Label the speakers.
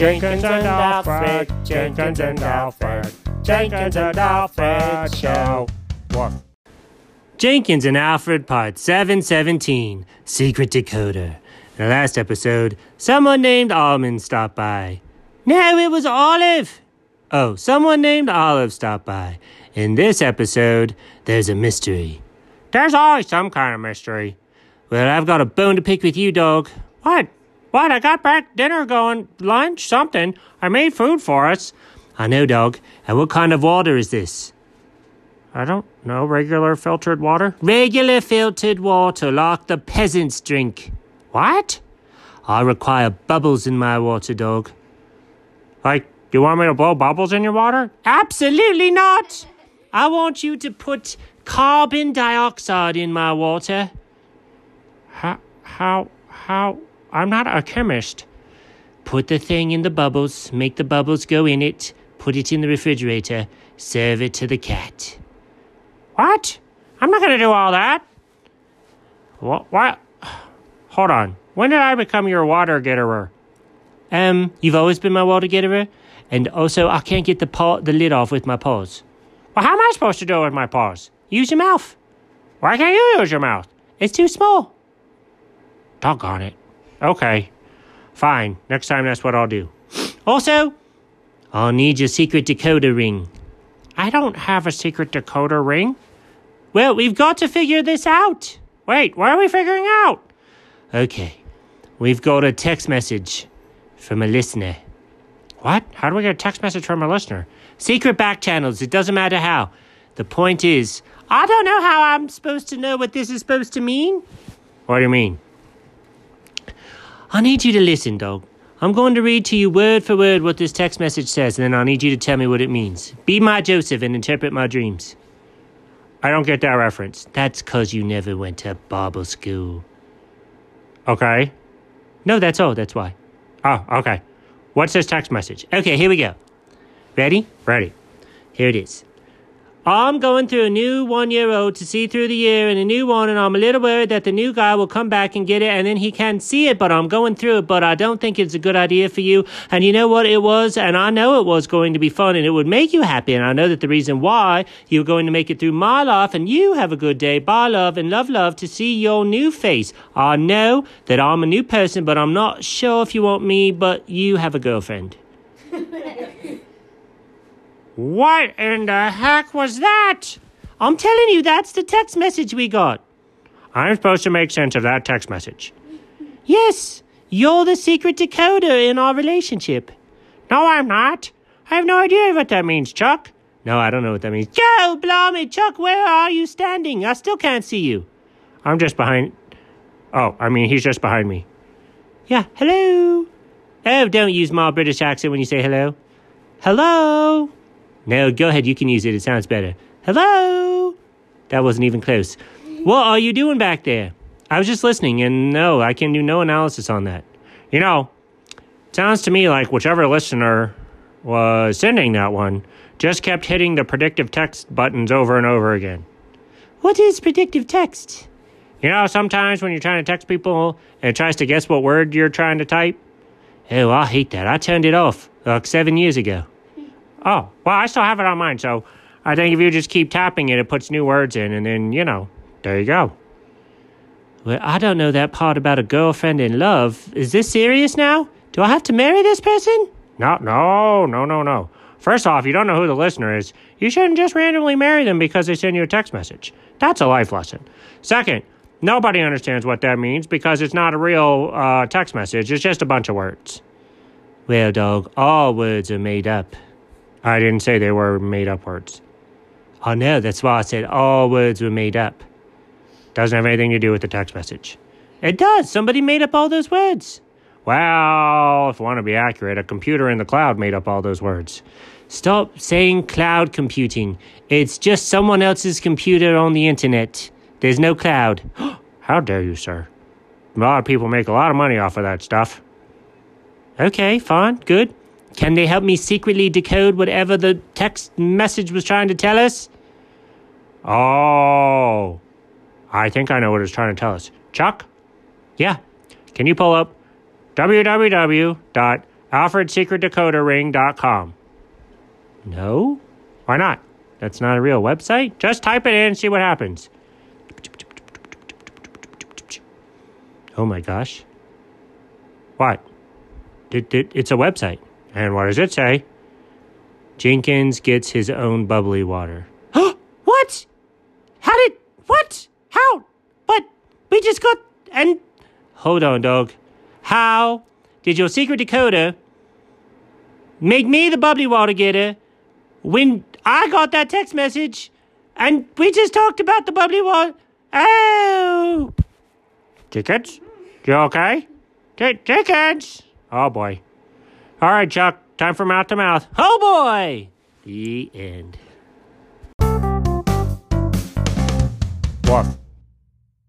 Speaker 1: Jenkins and Alfred, Jenkins and Alfred, Jenkins and Alfred Show. What? Jenkins and Alfred, Part 717 Secret Decoder. In the last episode, someone named Almond stopped by. No, it was Olive! Oh, someone named Olive stopped by. In this episode, there's a mystery. There's always some kind of mystery. Well, I've got a bone to pick with you, dog. What? What? I got back dinner going, lunch, something. I made food for us. I know, dog. And what kind of water is this? I don't know. Regular filtered water? Regular filtered water, like the peasants drink. What? I require bubbles in my water, dog. Like, you want me to blow bubbles in your water? Absolutely not! I want you to put carbon dioxide in my water. How, how, how? I'm not a chemist. Put the thing in the bubbles, make the bubbles go in it, put it in the refrigerator, serve it to the cat. What? I'm not going to do all that. What? What? Hold on. When did I become your water getterer? Um, you've always been my water getterer, and also I can't get the paw, the lid off with my paws. Well, how am I supposed to do it with my paws? Use your mouth. Why can't you use your mouth? It's too small. Doggone it. Okay, fine. Next time, that's what I'll do. Also, I'll need your secret decoder ring. I don't have a secret decoder ring. Well, we've got to figure this out. Wait, what are we figuring out? Okay, we've got a text message from a listener. What? How do we get a text message from a listener? Secret back channels. It doesn't matter how. The point is, I don't know how I'm supposed to know what this is supposed to mean. What do you mean? I need you to listen, dog. I'm going to read to you word for word what this text message says, and then I need you to tell me what it means. Be my Joseph and interpret my dreams. I don't get that reference. That's 'cause you never went to Bible school. Okay. No, that's all. That's why. Oh, okay. What's this text message? Okay, here we go. Ready? Ready. Here it is. I'm going through a new one year old to see through the year and a new one, and I'm a little worried that the new guy will come back and get it and then he can see it, but I'm going through it, but I don't think it's a good idea for you. And you know what? It was, and I know it was going to be fun and it would make you happy, and I know that the reason why you're going to make it through my life and you have a good day. Bye, love, and love, love to see your new face. I know that I'm a new person, but I'm not sure if you want me, but you have a girlfriend. What in the heck was that? I'm telling you, that's the text message we got. I'm supposed to make sense of that text message. yes, you're the secret decoder in our relationship. No, I'm not. I have no idea what that means, Chuck. No, I don't know what that means. Joe, blimey, Chuck, where are you standing? I still can't see you. I'm just behind. Oh, I mean, he's just behind me. Yeah, hello. Oh, don't use my British accent when you say hello. Hello. No, go ahead. You can use it. It sounds better. Hello? That wasn't even close. What are you doing back there? I was just listening, and no, I can do no analysis on that. You know, sounds to me like whichever listener was sending that one just kept hitting the predictive text buttons over and over again. What is predictive text? You know, sometimes when you're trying to text people and it tries to guess what word you're trying to type. Oh, I hate that. I turned it off like seven years ago. Oh, well, I still have it on mine. So I think if you just keep tapping it, it puts new words in, and then, you know, there you go. Well, I don't know that part about a girlfriend in love. Is this serious now? Do I have to marry this person? No, no, no, no, no. First off, you don't know who the listener is. You shouldn't just randomly marry them because they send you a text message. That's a life lesson. Second, nobody understands what that means because it's not a real uh, text message, it's just a bunch of words. Well, dog, all words are made up. I didn't say they were made up words. Oh no, that's why I said all words were made up. Doesn't have anything to do with the text message. It does. Somebody made up all those words. Well, if I want to be accurate, a computer in the cloud made up all those words. Stop saying cloud computing. It's just someone else's computer on the internet. There's no cloud. How dare you, sir? A lot of people make a lot of money off of that stuff. Okay, fine, good. Can they help me secretly decode whatever the text message was trying to tell us? Oh, I think I know what it's trying to tell us. Chuck? Yeah. Can you pull up www dot AlfredSecretDecoderRing.com. No? Why not? That's not a real website. Just type it in and see what happens. Oh my gosh. What? It, it, it's a website. And what does it say? Jenkins gets his own bubbly water. what? How did. What? How? But we just got. And. Hold on, dog. How did your secret decoder make me the bubbly water getter when I got that text message and we just talked about the bubbly water? Oh! Chickens? You okay? Ch- chickens? Oh boy. All right, Chuck. Time for mouth to mouth. Oh boy! The end. What?